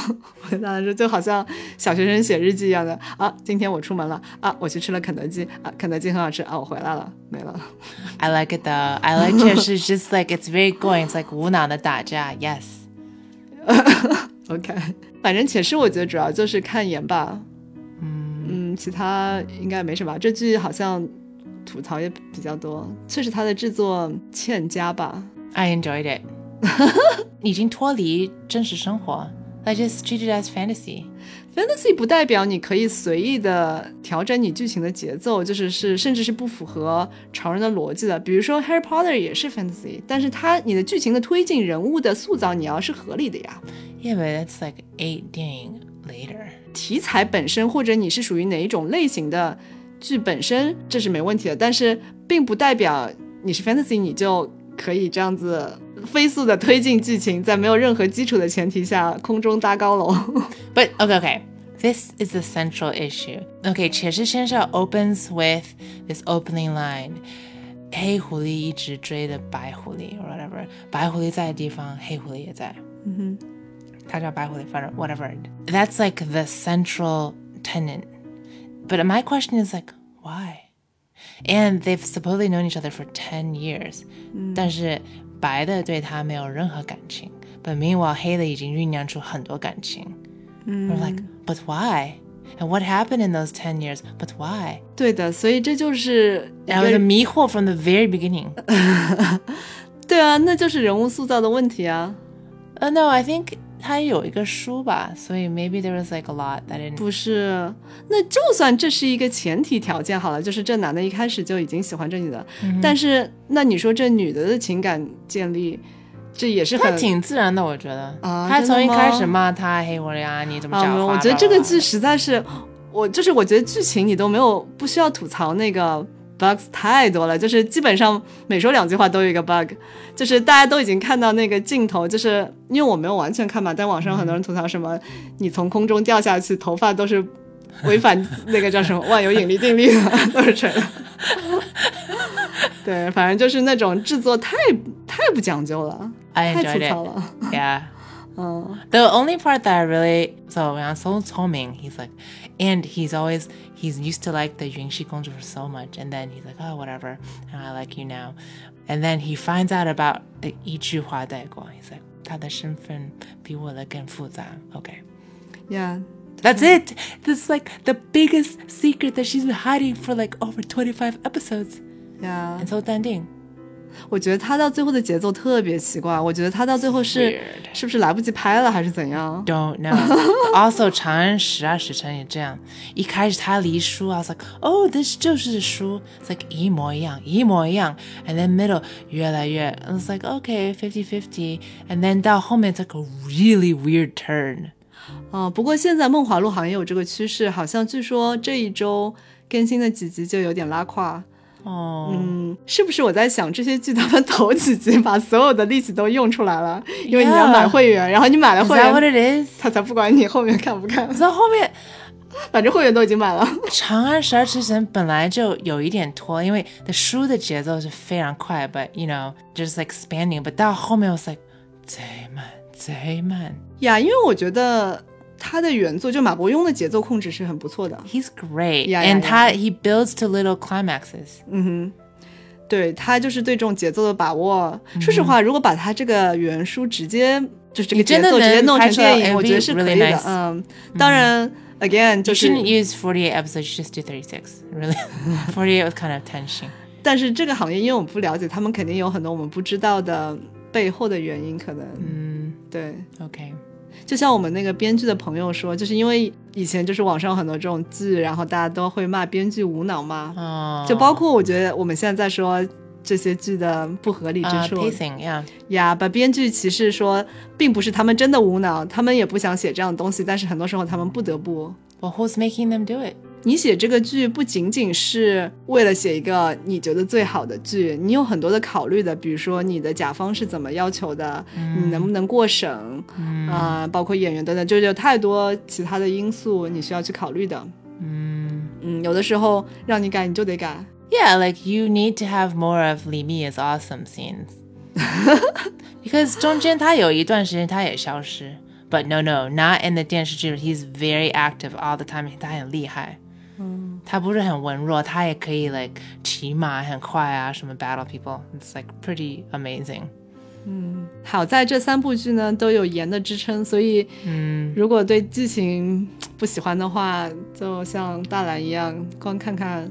[SPEAKER 1] 跟大家说，就好像小学生写日记一样的啊，今天我出门了啊，我去吃了肯德基啊，肯德基很好吃啊，我回来了，没了。 *laughs*
[SPEAKER 2] I like it though. I like Cheshire. just like it's very going. It's like 无脑的打架. Yes.
[SPEAKER 1] OK，反正且是我觉得主要就是看颜吧，嗯其他应该没什么。这剧好像吐槽也比较多，确实它的制作欠佳吧。
[SPEAKER 2] I
[SPEAKER 1] *laughs*
[SPEAKER 2] enjoyed it. 已经脱离真实生活. I just treated it as fantasy.
[SPEAKER 1] Fantasy 不代表你可以随意的调整你剧情的节奏，就是是甚至是不符合常人的逻辑的。比如说《Harry Potter》也是 Fantasy，但是它你的剧情的推进、人物的塑造，你要是合理的呀。
[SPEAKER 2] Yeah, but that's like eight dang later.
[SPEAKER 1] 题材本身或者你是属于哪一种类型的剧本身，这是没问题的，但是并不代表你是 Fantasy 你就可以这样子飞速的推进剧情，在没有任何基础的前提下空中搭高楼。 *laughs*
[SPEAKER 2] But okay, okay. This is the central issue. Okay, Cheshire Shensha opens with this opening line. 黑狐狸一直追的白狐狸 or whatever. 白狐狸在的地方，黑狐狸也在。
[SPEAKER 1] 嗯
[SPEAKER 2] 他叫白狐狸，反正 whatever. That's like the central tenant. But my question is like, why? And they've supposedly known each other for ten years. 但是白的对他没有任何感情。But meanwhile, 黑的已经酝酿出很多感情。We're like,
[SPEAKER 1] Mm.
[SPEAKER 2] but why? And what happened in those ten years? But why?
[SPEAKER 1] 哼，对的，所以这就是一
[SPEAKER 2] 然后
[SPEAKER 1] 个
[SPEAKER 2] 迷惑 from the very beginning.
[SPEAKER 1] *laughs* 对啊，那就是人物塑造的问题啊。
[SPEAKER 2] Uh, no, I think 他有一个书吧，所以 maybe there was like a lot
[SPEAKER 1] *laughs*
[SPEAKER 2] that didn't.
[SPEAKER 1] 不是，那就算这是一个前提条件好了，就是这男的一开始就已经喜欢这女的，但是那你说这女的的情感建立，这也是
[SPEAKER 2] 他
[SPEAKER 1] 很
[SPEAKER 2] 挺自然的，我觉得。
[SPEAKER 1] 啊
[SPEAKER 2] 他从一
[SPEAKER 1] 真的吗
[SPEAKER 2] 开始骂他黑狐狸啊，你怎么讲
[SPEAKER 1] 啊，没有，
[SPEAKER 2] 话、
[SPEAKER 1] 我觉得这个剧
[SPEAKER 2] 是
[SPEAKER 1] 实在是，我就是我觉得剧情你都没有不需要吐槽那个 bugs 太多了，就是基本上每说两句话都有一个 bug，就是大家都已经看到那个镜头，就是因为我没有完全看嘛，但网上很多人吐槽什么、你从空中掉下去，头发都是违反那个叫什么万有引力定律的，都是吹的。对，反正就是那种制作太太不讲究了，
[SPEAKER 2] I
[SPEAKER 1] 太吐
[SPEAKER 2] enjoyed
[SPEAKER 1] 槽
[SPEAKER 2] it.
[SPEAKER 1] 了。
[SPEAKER 2] Yeah.
[SPEAKER 1] 嗯，
[SPEAKER 2] The only part that I really so when I saw Toming, he's like, and he's always he's used to like the Yunxi Gongju for so much, and then he's like, oh whatever, and I like you now, and then he finds out about the 一句话带过, he's like 他的身份比我的更复杂。Okay.
[SPEAKER 1] yeah。
[SPEAKER 2] That's it. This is like the biggest secret that she's been hiding for like over 25 episodes.
[SPEAKER 1] Yeah.
[SPEAKER 2] And so 淡定。
[SPEAKER 1] 我觉得他到最后的节奏特别奇怪，我觉得他到最后是
[SPEAKER 2] Weird
[SPEAKER 1] 是不是来不及拍了，还是怎样？
[SPEAKER 2] Don't know. *laughs* also，《长安十二时辰》也这样，一开始他离书，I was like, oh, this 就是书，it's like 一模一样，一模一样。And then middle 越来越，I was like, okay, fifty fifty. And then 到后面 it's like a really weird turn.
[SPEAKER 1] 啊、不过现在《梦华录》好像也有这个趋势，好像据说这一周更新的几集就有点拉胯。
[SPEAKER 2] 哦、
[SPEAKER 1] 嗯，是不是我在想这些剧他们头几集把所有的力气都用出来了，因为你要
[SPEAKER 2] Yeah
[SPEAKER 1] 买会员，然后你买了
[SPEAKER 2] Is
[SPEAKER 1] 会
[SPEAKER 2] that what *laughs*
[SPEAKER 1] 员，
[SPEAKER 2] it is?
[SPEAKER 1] 他才不管你后面看不看，
[SPEAKER 2] 到后面
[SPEAKER 1] 反正会员都已经买了。 *laughs*
[SPEAKER 2] 《长安十二时辰》本来就有一点拖，因为的书的节奏是非常快，but you know just like spanning，but 到后面 I was like 贼慢，贼慢。
[SPEAKER 1] 呀，因为我觉得他的原作就马伯庸的节奏控制是很不错的。
[SPEAKER 2] He's great,
[SPEAKER 1] Yeah, yeah,
[SPEAKER 2] and
[SPEAKER 1] yeah.
[SPEAKER 2] He, he builds to little climaxes.
[SPEAKER 1] 嗯哼，对他就是对这种节奏的把握。说实话，如果把他这个原书直接就是这个
[SPEAKER 2] 嗯你
[SPEAKER 1] 节
[SPEAKER 2] 真的
[SPEAKER 1] 奏直接
[SPEAKER 2] 能
[SPEAKER 1] 弄成
[SPEAKER 2] 拍出来
[SPEAKER 1] 电影，我
[SPEAKER 2] MV
[SPEAKER 1] 觉得是可
[SPEAKER 2] really
[SPEAKER 1] 以的。
[SPEAKER 2] nice
[SPEAKER 1] 嗯，当然、a g a i n
[SPEAKER 2] You
[SPEAKER 1] 就是
[SPEAKER 2] shouldn't use 48 episodes, you just do 36. Really? *laughs* 48 was kind of tension.
[SPEAKER 1] 但是这个行业，因为我们不了解，他们肯定有很多我们不知道的背后的原因，可能、
[SPEAKER 2] Mm,
[SPEAKER 1] 对。
[SPEAKER 2] okay.
[SPEAKER 1] 就像我们那个编剧的朋友说，就是因为以前就是网上有很多这种剧，然后大家都会骂编剧无脑嘛，
[SPEAKER 2] Oh,
[SPEAKER 1] 就包括我觉得我们现在在说这些剧的不合理之
[SPEAKER 2] uh,
[SPEAKER 1] 处
[SPEAKER 2] pacing, yeah.
[SPEAKER 1] 呀，把编剧歧视说，并不是他们真的无脑，他们也不想写这样的东西，但是很多时候他们不得不。
[SPEAKER 2] Well, who's making them do it?
[SPEAKER 1] 你写这个剧不仅仅是为了写一个你觉得最好的剧，你有很多的考虑的，比如说你的甲方是怎么要求的，你能不能过审
[SPEAKER 2] 嗯
[SPEAKER 1] 啊、包括演员等等，就是有太多其他的因素你需要去考虑的。
[SPEAKER 2] Mm.
[SPEAKER 1] 嗯，有的时候让你改你就得改，
[SPEAKER 2] Yeah, like you need to have more of Li Mi is awesome
[SPEAKER 1] *laughs*
[SPEAKER 2] scenes. because 中间他有一段时间他也消失. But no, no, not in the 电视剧. He's very active all the time. 他很厉害.
[SPEAKER 1] Hmm.
[SPEAKER 2] 他不是很文弱，他也可以 like 骑马很快啊，什么 battle people. It's like pretty amazing.
[SPEAKER 1] 好在这三部剧呢都有盐的支撑，所以，嗯，如果对剧情不喜欢的话，就像大蓝一样，光看看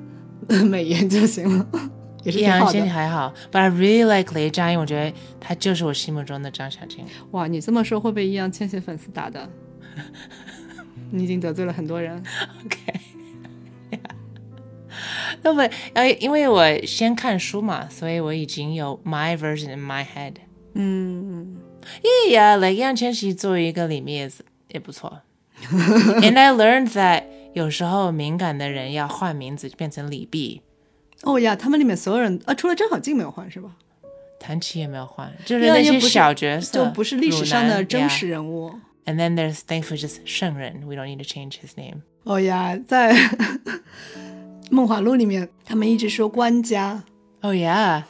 [SPEAKER 1] 美颜就行了， *laughs* 也是挺好的。
[SPEAKER 2] 易烊千玺还好，but I really like 雷佳音，我觉得他就是我心目中的张小静。
[SPEAKER 1] 哇，你这么说会被易烊千玺粉丝打的， *laughs* 你已经得罪了很多人。
[SPEAKER 2] OK，那么呃，因为我先看书嘛，所以我已经有 my version in my head。
[SPEAKER 1] 嗯，
[SPEAKER 2] Yeah, like 易烊千玺作为一个里面也不错。And I learned that 有时候敏感的人要换名字，变成李碧。
[SPEAKER 1] 哦呀，他们里面所有人啊，除了张小静没有换是吧？
[SPEAKER 2] 谭琪也没有换，就是
[SPEAKER 1] 因为
[SPEAKER 2] 那些
[SPEAKER 1] 不是
[SPEAKER 2] 小角色，
[SPEAKER 1] 就不是历史上的真实
[SPEAKER 2] 人。
[SPEAKER 1] 人物。
[SPEAKER 2] And then there's thankfully just 圣人，we don't need to change his name。
[SPEAKER 1] 哦呀，在《梦华录》里面，他们一直说官家。
[SPEAKER 2] Oh yeah.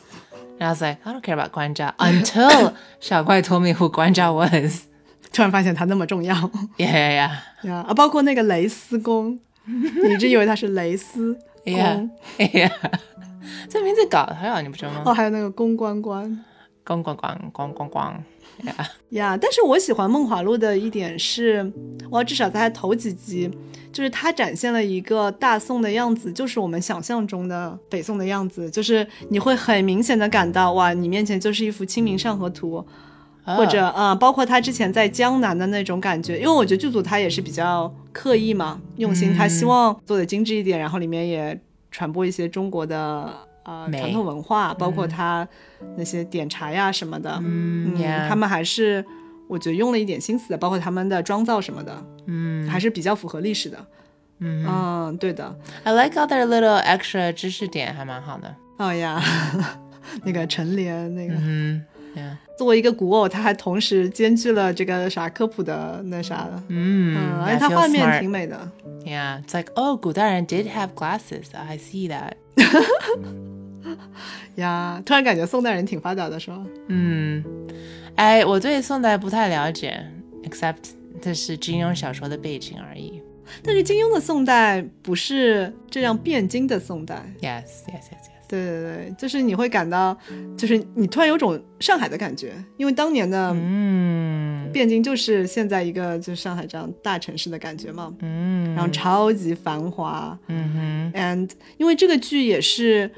[SPEAKER 2] And I was like, I don't care about Guanja until 小怪 told me who Guanja was. *laughs*
[SPEAKER 1] 突然发现它那么重要
[SPEAKER 2] Yeah, yeah, yeah.
[SPEAKER 1] 呀！啊，包括那个蕾丝弓，你一直以为它是蕾丝
[SPEAKER 2] Yeah,
[SPEAKER 1] 弓，
[SPEAKER 2] *laughs* yeah. 这名字搞得很好，你不觉得
[SPEAKER 1] 哦，
[SPEAKER 2] 吗？
[SPEAKER 1] 还有那个公关关
[SPEAKER 2] 咣咣咣咣咣咣。Yeah.
[SPEAKER 1] 呀。但是我喜欢《梦华录》的一点是，哇，至少在它头几集，就是它展现了一个大宋的样子，就是我们想象中的北宋的样子，就是你会很明显的感到，哇，你面前就是一幅《清明上河图》。
[SPEAKER 2] 嗯
[SPEAKER 1] 或者啊、呃包括他之前在江南的那种感觉，因为我觉得剧组他也是比较刻意嘛，用心，他
[SPEAKER 2] 嗯
[SPEAKER 1] 希望做的精致一点，然后里面也传播一些中国的呃
[SPEAKER 2] 美
[SPEAKER 1] 传统文化，包括他那些点茶呀什么的，
[SPEAKER 2] 嗯，yeah，
[SPEAKER 1] 他们还是我觉得用了一点心思的，包括他们的妆造什么的，
[SPEAKER 2] 嗯
[SPEAKER 1] 还是比较符合历史的。
[SPEAKER 2] 嗯
[SPEAKER 1] 嗯，对的。
[SPEAKER 2] ，I like all their little extra 知识点，还蛮好的。
[SPEAKER 1] 哦呀， *laughs* 那个陈莲那个。
[SPEAKER 2] 嗯，yeah，
[SPEAKER 1] 作为一个古偶，他还同时兼具了这个啥科普的那啥的，嗯，
[SPEAKER 2] 嗯
[SPEAKER 1] 而且
[SPEAKER 2] I
[SPEAKER 1] 它
[SPEAKER 2] feel
[SPEAKER 1] 画面
[SPEAKER 2] smart
[SPEAKER 1] 挺美的。
[SPEAKER 2] Yeah, it's like, oh, 古代人 did have glasses. I see that.
[SPEAKER 1] 呀，突然感觉宋代人挺发达的，是吧？
[SPEAKER 2] 嗯，哎，我对宋代不太了解，except 这是金庸小说的背景而已。
[SPEAKER 1] 但是金庸的宋代不是这样汴京的宋代，
[SPEAKER 2] Yes, yes, yes, yes.
[SPEAKER 1] 对对对，就是你会感到，就是你突然有种上海的感觉，因为当年的
[SPEAKER 2] 嗯
[SPEAKER 1] 汴京就是现在一个就是上海这样大城市的感觉嘛，
[SPEAKER 2] 嗯
[SPEAKER 1] 然后超级繁华
[SPEAKER 2] 嗯哼
[SPEAKER 1] ，and 因为这个剧也是，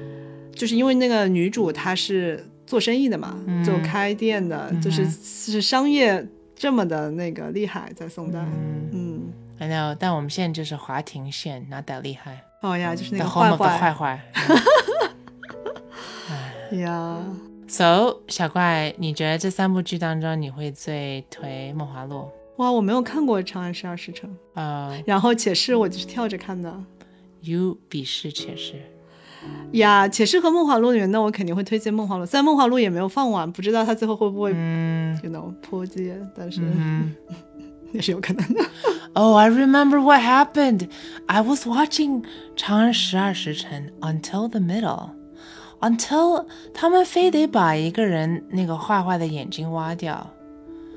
[SPEAKER 1] 就是因为那个女主她是做生意的嘛，
[SPEAKER 2] 嗯
[SPEAKER 1] 就开店的，
[SPEAKER 2] 嗯哼
[SPEAKER 1] 就是是商业这么的那个厉害，在宋代，
[SPEAKER 2] 嗯
[SPEAKER 1] 嗯，
[SPEAKER 2] ，I know，但我们现在就是华庭县，not that 厉害，
[SPEAKER 1] 哦呀，就是那
[SPEAKER 2] The
[SPEAKER 1] 个坏
[SPEAKER 2] home of the
[SPEAKER 1] 坏
[SPEAKER 2] 坏坏。
[SPEAKER 1] 呀，
[SPEAKER 2] So，小怪，你觉得这三部剧当中，你会最推《梦华录
[SPEAKER 1] 哇，我没有看过《长安十二时辰》，》？
[SPEAKER 2] 呃、
[SPEAKER 1] 然后且是我就是跳着看的。
[SPEAKER 2] you 鄙视且是，
[SPEAKER 1] 呀，且是和《梦华录》里面，那我肯定会推荐《梦华录》。虽然《梦华录》也没有放完，不知道它最后会不会
[SPEAKER 2] 嗯
[SPEAKER 1] you know 破街，但是
[SPEAKER 2] 嗯
[SPEAKER 1] *laughs* 也是有可能的。
[SPEAKER 2] 哼。Oh, I remember what happened. I was watching《长安十二时辰》until the middle. Until 他们非得把一个人那个坏坏的眼睛挖掉。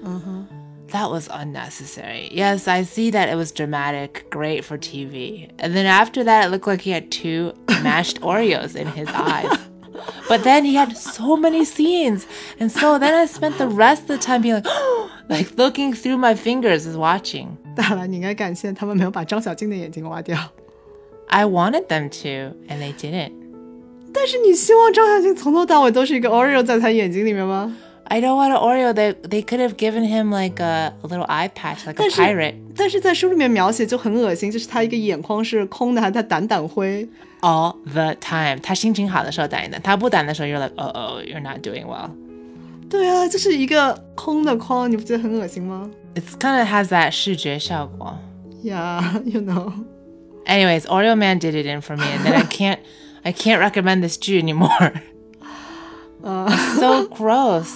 [SPEAKER 1] 嗯哼，
[SPEAKER 2] That was unnecessary. Yes, I see that it was dramatic, great for TV. And then after that, it looked like he had two mashed Oreos in his eyes. But then he had so many scenes. And so then I spent the rest of the time being like, *gasps* like looking through my fingers as watching.
[SPEAKER 1] 当然了，你应该感谢他们没有把张小静的眼睛挖掉。
[SPEAKER 2] I wanted them to, and they didn't.
[SPEAKER 1] 但是你希望张小静从头到尾都是一个 Oreo 在她眼睛里面吗？
[SPEAKER 2] I don't want an Oreo. They, they could have given him like a, a little eye patch, like a
[SPEAKER 1] 但是-
[SPEAKER 2] pirate.
[SPEAKER 1] 但是在书里面描写就很恶心，就是她一个眼眶是空的，还在掸掸灰。
[SPEAKER 2] all the time. 他心情好的时候打你的，他不打的时候 you're like, oh oh, you're not doing well.
[SPEAKER 1] 对啊，就是一个空的框，你不觉得很恶心吗？
[SPEAKER 2] It's kind of has that 视觉效果.
[SPEAKER 1] *laughs* 呀、y o u know，
[SPEAKER 2] Anyways, Oreo Man did it in for me, and then I can't, I can't recommend this Jew anymore. *laughs*
[SPEAKER 1] 呃、
[SPEAKER 2] so gross.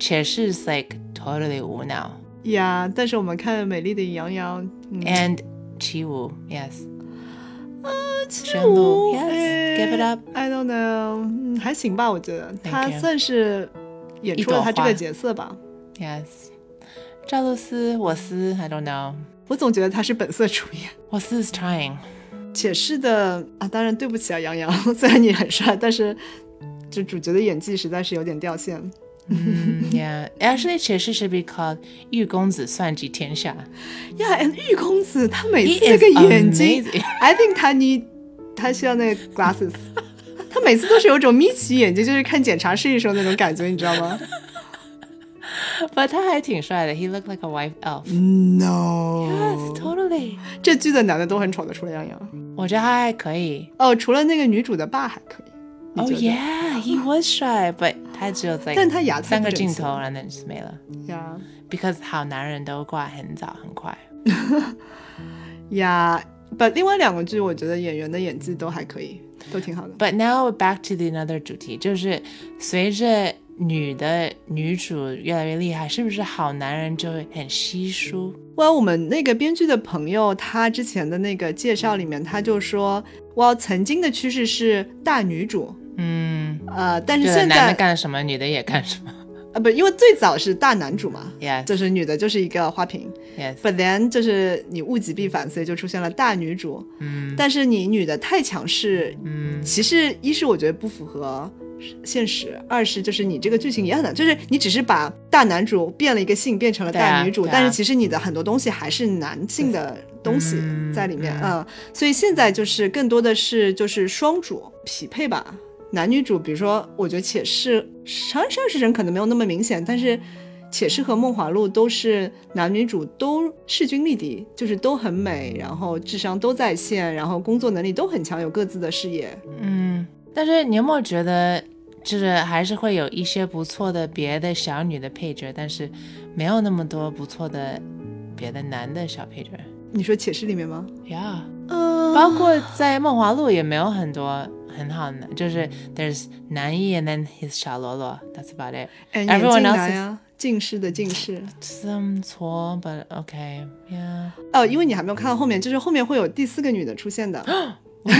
[SPEAKER 2] 且是 is like totally 无脑
[SPEAKER 1] 呀但是我们看《美丽的杨洋》，嗯，
[SPEAKER 2] and 起舞 yes
[SPEAKER 1] 全
[SPEAKER 2] 全部啊 yes, give it up.
[SPEAKER 1] 哎 I don't know，嗯，还行吧，我觉得
[SPEAKER 2] Thank
[SPEAKER 1] 他
[SPEAKER 2] you.
[SPEAKER 1] 算是演出了他这
[SPEAKER 2] 一朵花
[SPEAKER 1] 个角色吧。
[SPEAKER 2] yes 赵露思我思 I don't know
[SPEAKER 1] 我总觉得他是本色出演。
[SPEAKER 2] 我思 is
[SPEAKER 1] *laughs*
[SPEAKER 2] trying
[SPEAKER 1] 且是的啊，当然对不起啊，杨洋， *laughs* 虽然你很帅，但是就主角的演技实在是有点掉线。
[SPEAKER 2] Mm, yeah actually 且是 should be called 玉公子算计天下
[SPEAKER 1] 呀、yeah,，and 玉公子他每
[SPEAKER 2] He
[SPEAKER 1] 次那
[SPEAKER 2] is
[SPEAKER 1] 个眼睛
[SPEAKER 2] amazing. *laughs*
[SPEAKER 1] ，I think 他你他需要那个 glasses，他每次都是有一种眯起眼睛，就是看检查室的时候那种感觉，你知道吗
[SPEAKER 2] But 他还挺帅的 He looked like a white elf.
[SPEAKER 1] ？No，
[SPEAKER 2] Yes, totally.
[SPEAKER 1] 这剧的男的都很丑的，除了杨洋。
[SPEAKER 2] 我觉得他还可以。
[SPEAKER 1] 哦，除了那个女主的爸还可以。你
[SPEAKER 2] Oh
[SPEAKER 1] 觉得
[SPEAKER 2] yeah, he was shy, but 他只有 like
[SPEAKER 1] 但他牙特别整齐。
[SPEAKER 2] 三个镜头，然后就没了。Because
[SPEAKER 1] 呀
[SPEAKER 2] 好男人都挂很早很快。Yeah,
[SPEAKER 1] 呀，不，另外两个剧我觉得演员的演技都还可以，都挺好的。
[SPEAKER 2] But now back to the another 主题，就是随着女的女主越来越厉害，是不是好男人就会很稀疏？嗯哼，
[SPEAKER 1] 哇，我们那个编剧的朋友，他之前的那个介绍里面，他就说，哇，曾经的趋势是大女主，
[SPEAKER 2] 嗯
[SPEAKER 1] 呃，但是现在 *laughs* 啊，不，因为最早是大男主嘛，
[SPEAKER 2] Yes,
[SPEAKER 1] 就是女的就是一个花瓶
[SPEAKER 2] yes.
[SPEAKER 1] b u then 就是你物极必反，所以就出现了大女主。
[SPEAKER 2] 嗯
[SPEAKER 1] 但是你女的太强势，其实一是我觉得不符合现实，二是就是你这个剧情也很难，就是你只是把大男主变了一个性，变成了
[SPEAKER 2] 对啊
[SPEAKER 1] 大女主，
[SPEAKER 2] 对啊
[SPEAKER 1] 但是其实你的很多东西还是男性的东西
[SPEAKER 2] 嗯
[SPEAKER 1] 在里面，
[SPEAKER 2] 嗯
[SPEAKER 1] 嗯，所以现在就是更多的是就是双主匹配吧。男女主，比如说，我觉得《且是长安十二时辰》可能没有那么明显，但是《且是和《梦华录》都是男女主都势均力敌，就是都很美，然后智商都在线，然后工作能力都很强，有各自的事业。
[SPEAKER 2] 嗯，但是你有没有觉得，就是还是会有一些不错的别的小女的配角，但是没有那么多不错的别的男的小配角
[SPEAKER 1] 你说《且是》里面吗？
[SPEAKER 2] 呀
[SPEAKER 1] 嗯
[SPEAKER 2] 包括在《梦华录》也没有很多很好的，就是 there's 男一 and then his 小喽啰，that's about it。
[SPEAKER 1] 哎，眼
[SPEAKER 2] everyone
[SPEAKER 1] 镜
[SPEAKER 2] else
[SPEAKER 1] 男呀，近视的近视。
[SPEAKER 2] Some 错，but okay，yeah。
[SPEAKER 1] 哦，因为你还没有看到后面，就是后面会有第四个女的出现的。
[SPEAKER 2] 哦
[SPEAKER 1] *laughs*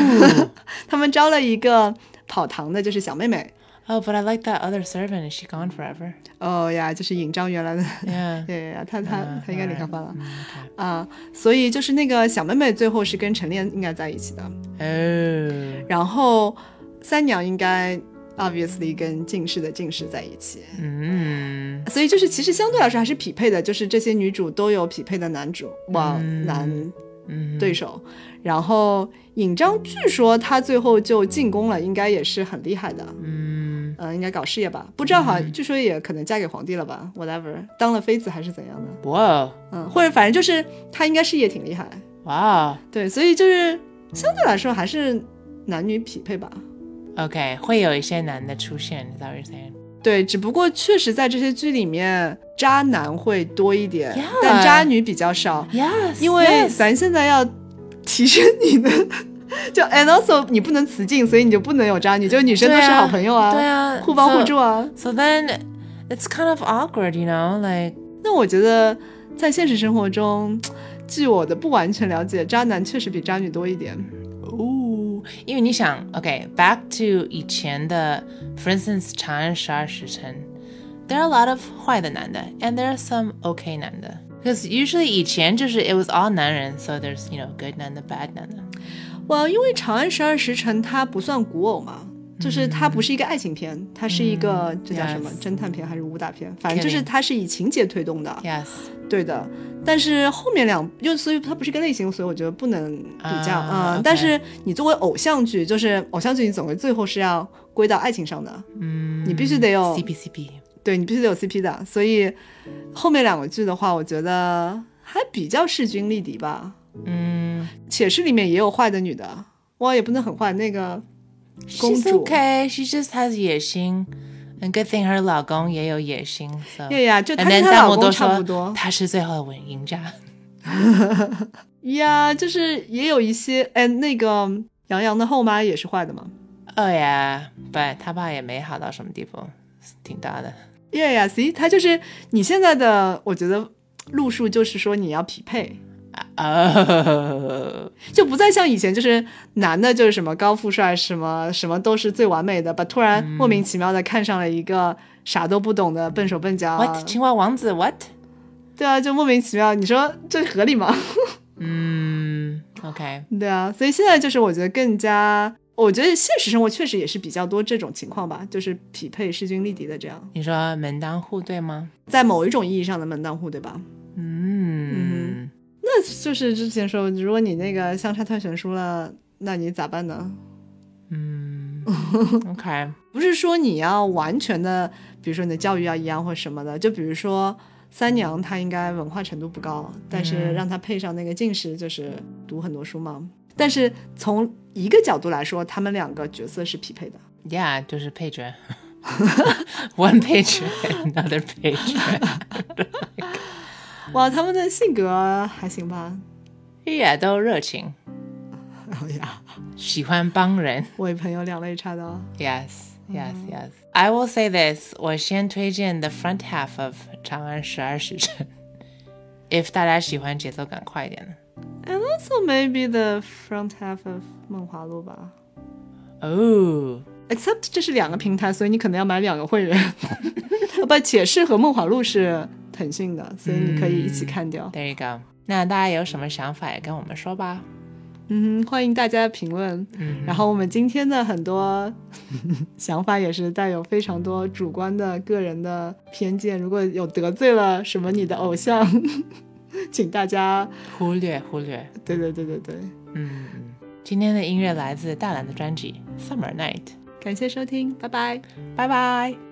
[SPEAKER 1] 他们招了一个跑堂的，就是小妹妹。
[SPEAKER 2] Oh, but I like that other servant. Is she gone forever?
[SPEAKER 1] 哦呀，就是尹章原来 *laughs* 的。
[SPEAKER 2] Yeah. Uh,
[SPEAKER 1] 对呀，她她她应该离开发了。
[SPEAKER 2] 嗯，okay
[SPEAKER 1] 啊、所以就是那个小妹妹最后是跟陈炼应该在一起的，
[SPEAKER 2] 哦，
[SPEAKER 1] 然后三娘应该 obviously 跟近视的近视在一起，
[SPEAKER 2] 嗯，
[SPEAKER 1] 所以就是其实相对来说还是匹配的，就是这些女主都有匹配的男主哇
[SPEAKER 2] 嗯
[SPEAKER 1] 男
[SPEAKER 2] 嗯
[SPEAKER 1] 对手，然后尹章据说他最后就进宫了，应该也是很厉害的，
[SPEAKER 2] 嗯。
[SPEAKER 1] 呃，应该搞事业吧？不知道哈，据说也可能嫁给皇帝了吧？whatever，当了妃子还是怎样的？
[SPEAKER 2] 哇哦
[SPEAKER 1] 嗯，或者反正就是她应该事业挺厉害，
[SPEAKER 2] 哇哦
[SPEAKER 1] 对，所以就是相对来说还是男女匹配吧。
[SPEAKER 2] ，OK，会有一些男的出现，is that what you're saying？
[SPEAKER 1] 对，只不过确实在这些剧里面，渣男会多一点
[SPEAKER 2] Yeah
[SPEAKER 1] 但渣女比较少，
[SPEAKER 2] Yes，
[SPEAKER 1] 因为咱现在要提升你的， *laughs* 就 and also 你不能雌竞，所以你就不能有渣女，就女生都是
[SPEAKER 2] 对啊
[SPEAKER 1] 好朋友啊，
[SPEAKER 2] 对啊，
[SPEAKER 1] 互帮互
[SPEAKER 2] so-
[SPEAKER 1] 助啊。
[SPEAKER 2] So then it's kind of awkward, you know, like
[SPEAKER 1] 那我觉得在现实生活中，据我的不完全了解，渣男确实比渣女多一点。
[SPEAKER 2] ooh，因为你想，okay, back to 以前的，for instance，《长安十二时辰》，there are a lot of 坏的男的，and there are some okay 男的。Because usually 以前就是 it was all 男人，so there's you know good 男的，bad 男的。
[SPEAKER 1] 哇，因为《长安十二时辰》它不算古偶嘛，就是它不是一个爱情片，它是一个这叫什么
[SPEAKER 2] yes
[SPEAKER 1] 侦探片还是武打嗯片？反正就
[SPEAKER 2] Killing
[SPEAKER 1] 是它是以情节推动的，
[SPEAKER 2] Yes，
[SPEAKER 1] 对的。但是后面两又所以它不是一个类型，所以我觉得不能比较。
[SPEAKER 2] 啊
[SPEAKER 1] 嗯
[SPEAKER 2] OK，
[SPEAKER 1] 但是你作为偶像剧，就是偶像剧，你总归最后是要归到爱情上的，
[SPEAKER 2] 嗯，
[SPEAKER 1] 你必须得有
[SPEAKER 2] CP CP。
[SPEAKER 1] 对你必须得有 CP 的。所以后面两个剧的话，我觉得还比较势均力敌吧。
[SPEAKER 2] 嗯
[SPEAKER 1] 且是里面也有坏的女的，哇，也不能很坏，那个公
[SPEAKER 2] ，She's
[SPEAKER 1] 主
[SPEAKER 2] okay. She just has 野心。And good thing her 老公也有野心。So.
[SPEAKER 1] 呀哎呀，就
[SPEAKER 2] And
[SPEAKER 1] 她跟
[SPEAKER 2] then
[SPEAKER 1] 她
[SPEAKER 2] 弹
[SPEAKER 1] 老
[SPEAKER 2] 幕都
[SPEAKER 1] 公差不
[SPEAKER 2] 说
[SPEAKER 1] 多
[SPEAKER 2] 她是最后的稳赢家。 *laughs*
[SPEAKER 1] 呀就是也有一些，哎，那个杨洋的后妈也是坏的嘛。
[SPEAKER 2] 哦呀，不，他爸也没好到什么地步，挺大的。
[SPEAKER 1] 呀呀，see，她就是你现在的，我觉得路数就是说你要匹配，
[SPEAKER 2] *laughs* 哦，
[SPEAKER 1] 就不再像以前就是男的就是什么高富帅，什么什么都是最完美的，把突然莫名其妙的看上了一个啥都不懂的笨手笨脚啊，
[SPEAKER 2] what 青蛙王子 what？
[SPEAKER 1] 对啊，就莫名其妙，你说这合理吗？ *laughs*
[SPEAKER 2] 嗯，OK，
[SPEAKER 1] 对啊，所以现在就是我觉得更加，我觉得现实生活确实也是比较多这种情况吧，就是匹配势均力敌的这样，
[SPEAKER 2] 你说门当户对吗？
[SPEAKER 1] 在某一种意义上的门当户对吧？
[SPEAKER 2] 嗯，
[SPEAKER 1] 那就是之前说，如果你那个相差太悬殊了，那你咋办呢？
[SPEAKER 2] *laughs* 嗯，OK，
[SPEAKER 1] 不是说你要完全的，比如说你的教育要一样或什么的，就比如说三娘她应该文化程度不高，但是
[SPEAKER 2] 嗯
[SPEAKER 1] 让她配上那个进士，就是读很多书嘛。但是从一个角度来说，他们两个角色是匹配的。
[SPEAKER 2] yeah，就是配角 *laughs* ，one 配角，another 配角，
[SPEAKER 1] 哇，他们的性格还行吧？
[SPEAKER 2] 也都热情，
[SPEAKER 1] *laughs* 哎呀，
[SPEAKER 2] 喜欢帮人。
[SPEAKER 1] 我一朋友两肋插刀。
[SPEAKER 2] Yes, yes, yes. I will say this. 我先推荐 the front half of 长安十二时辰。If 大家喜欢节奏感快一点的。
[SPEAKER 1] And also maybe the front half of 梦华录吧。
[SPEAKER 2] 哦
[SPEAKER 1] Except 这是两个平台，所以你可能要买两个会员。 *laughs* 哦不，且是和梦华录是腾讯的，所以你可以一起看掉。
[SPEAKER 2] there you go. 那大家有什么想法也跟我们说吧。
[SPEAKER 1] 嗯，欢迎大家评论。
[SPEAKER 2] 嗯
[SPEAKER 1] 然后我们今天的很多 *laughs* 想法也是带有非常多主观的、个人的偏见。如果有得罪了什么你的偶像， *laughs* 请大家
[SPEAKER 2] 忽略忽略。
[SPEAKER 1] 对对对对对，
[SPEAKER 2] 嗯，今天的音乐来自大蓝的专辑《Summer Night》。
[SPEAKER 1] 感谢收听，拜拜。
[SPEAKER 2] 拜拜。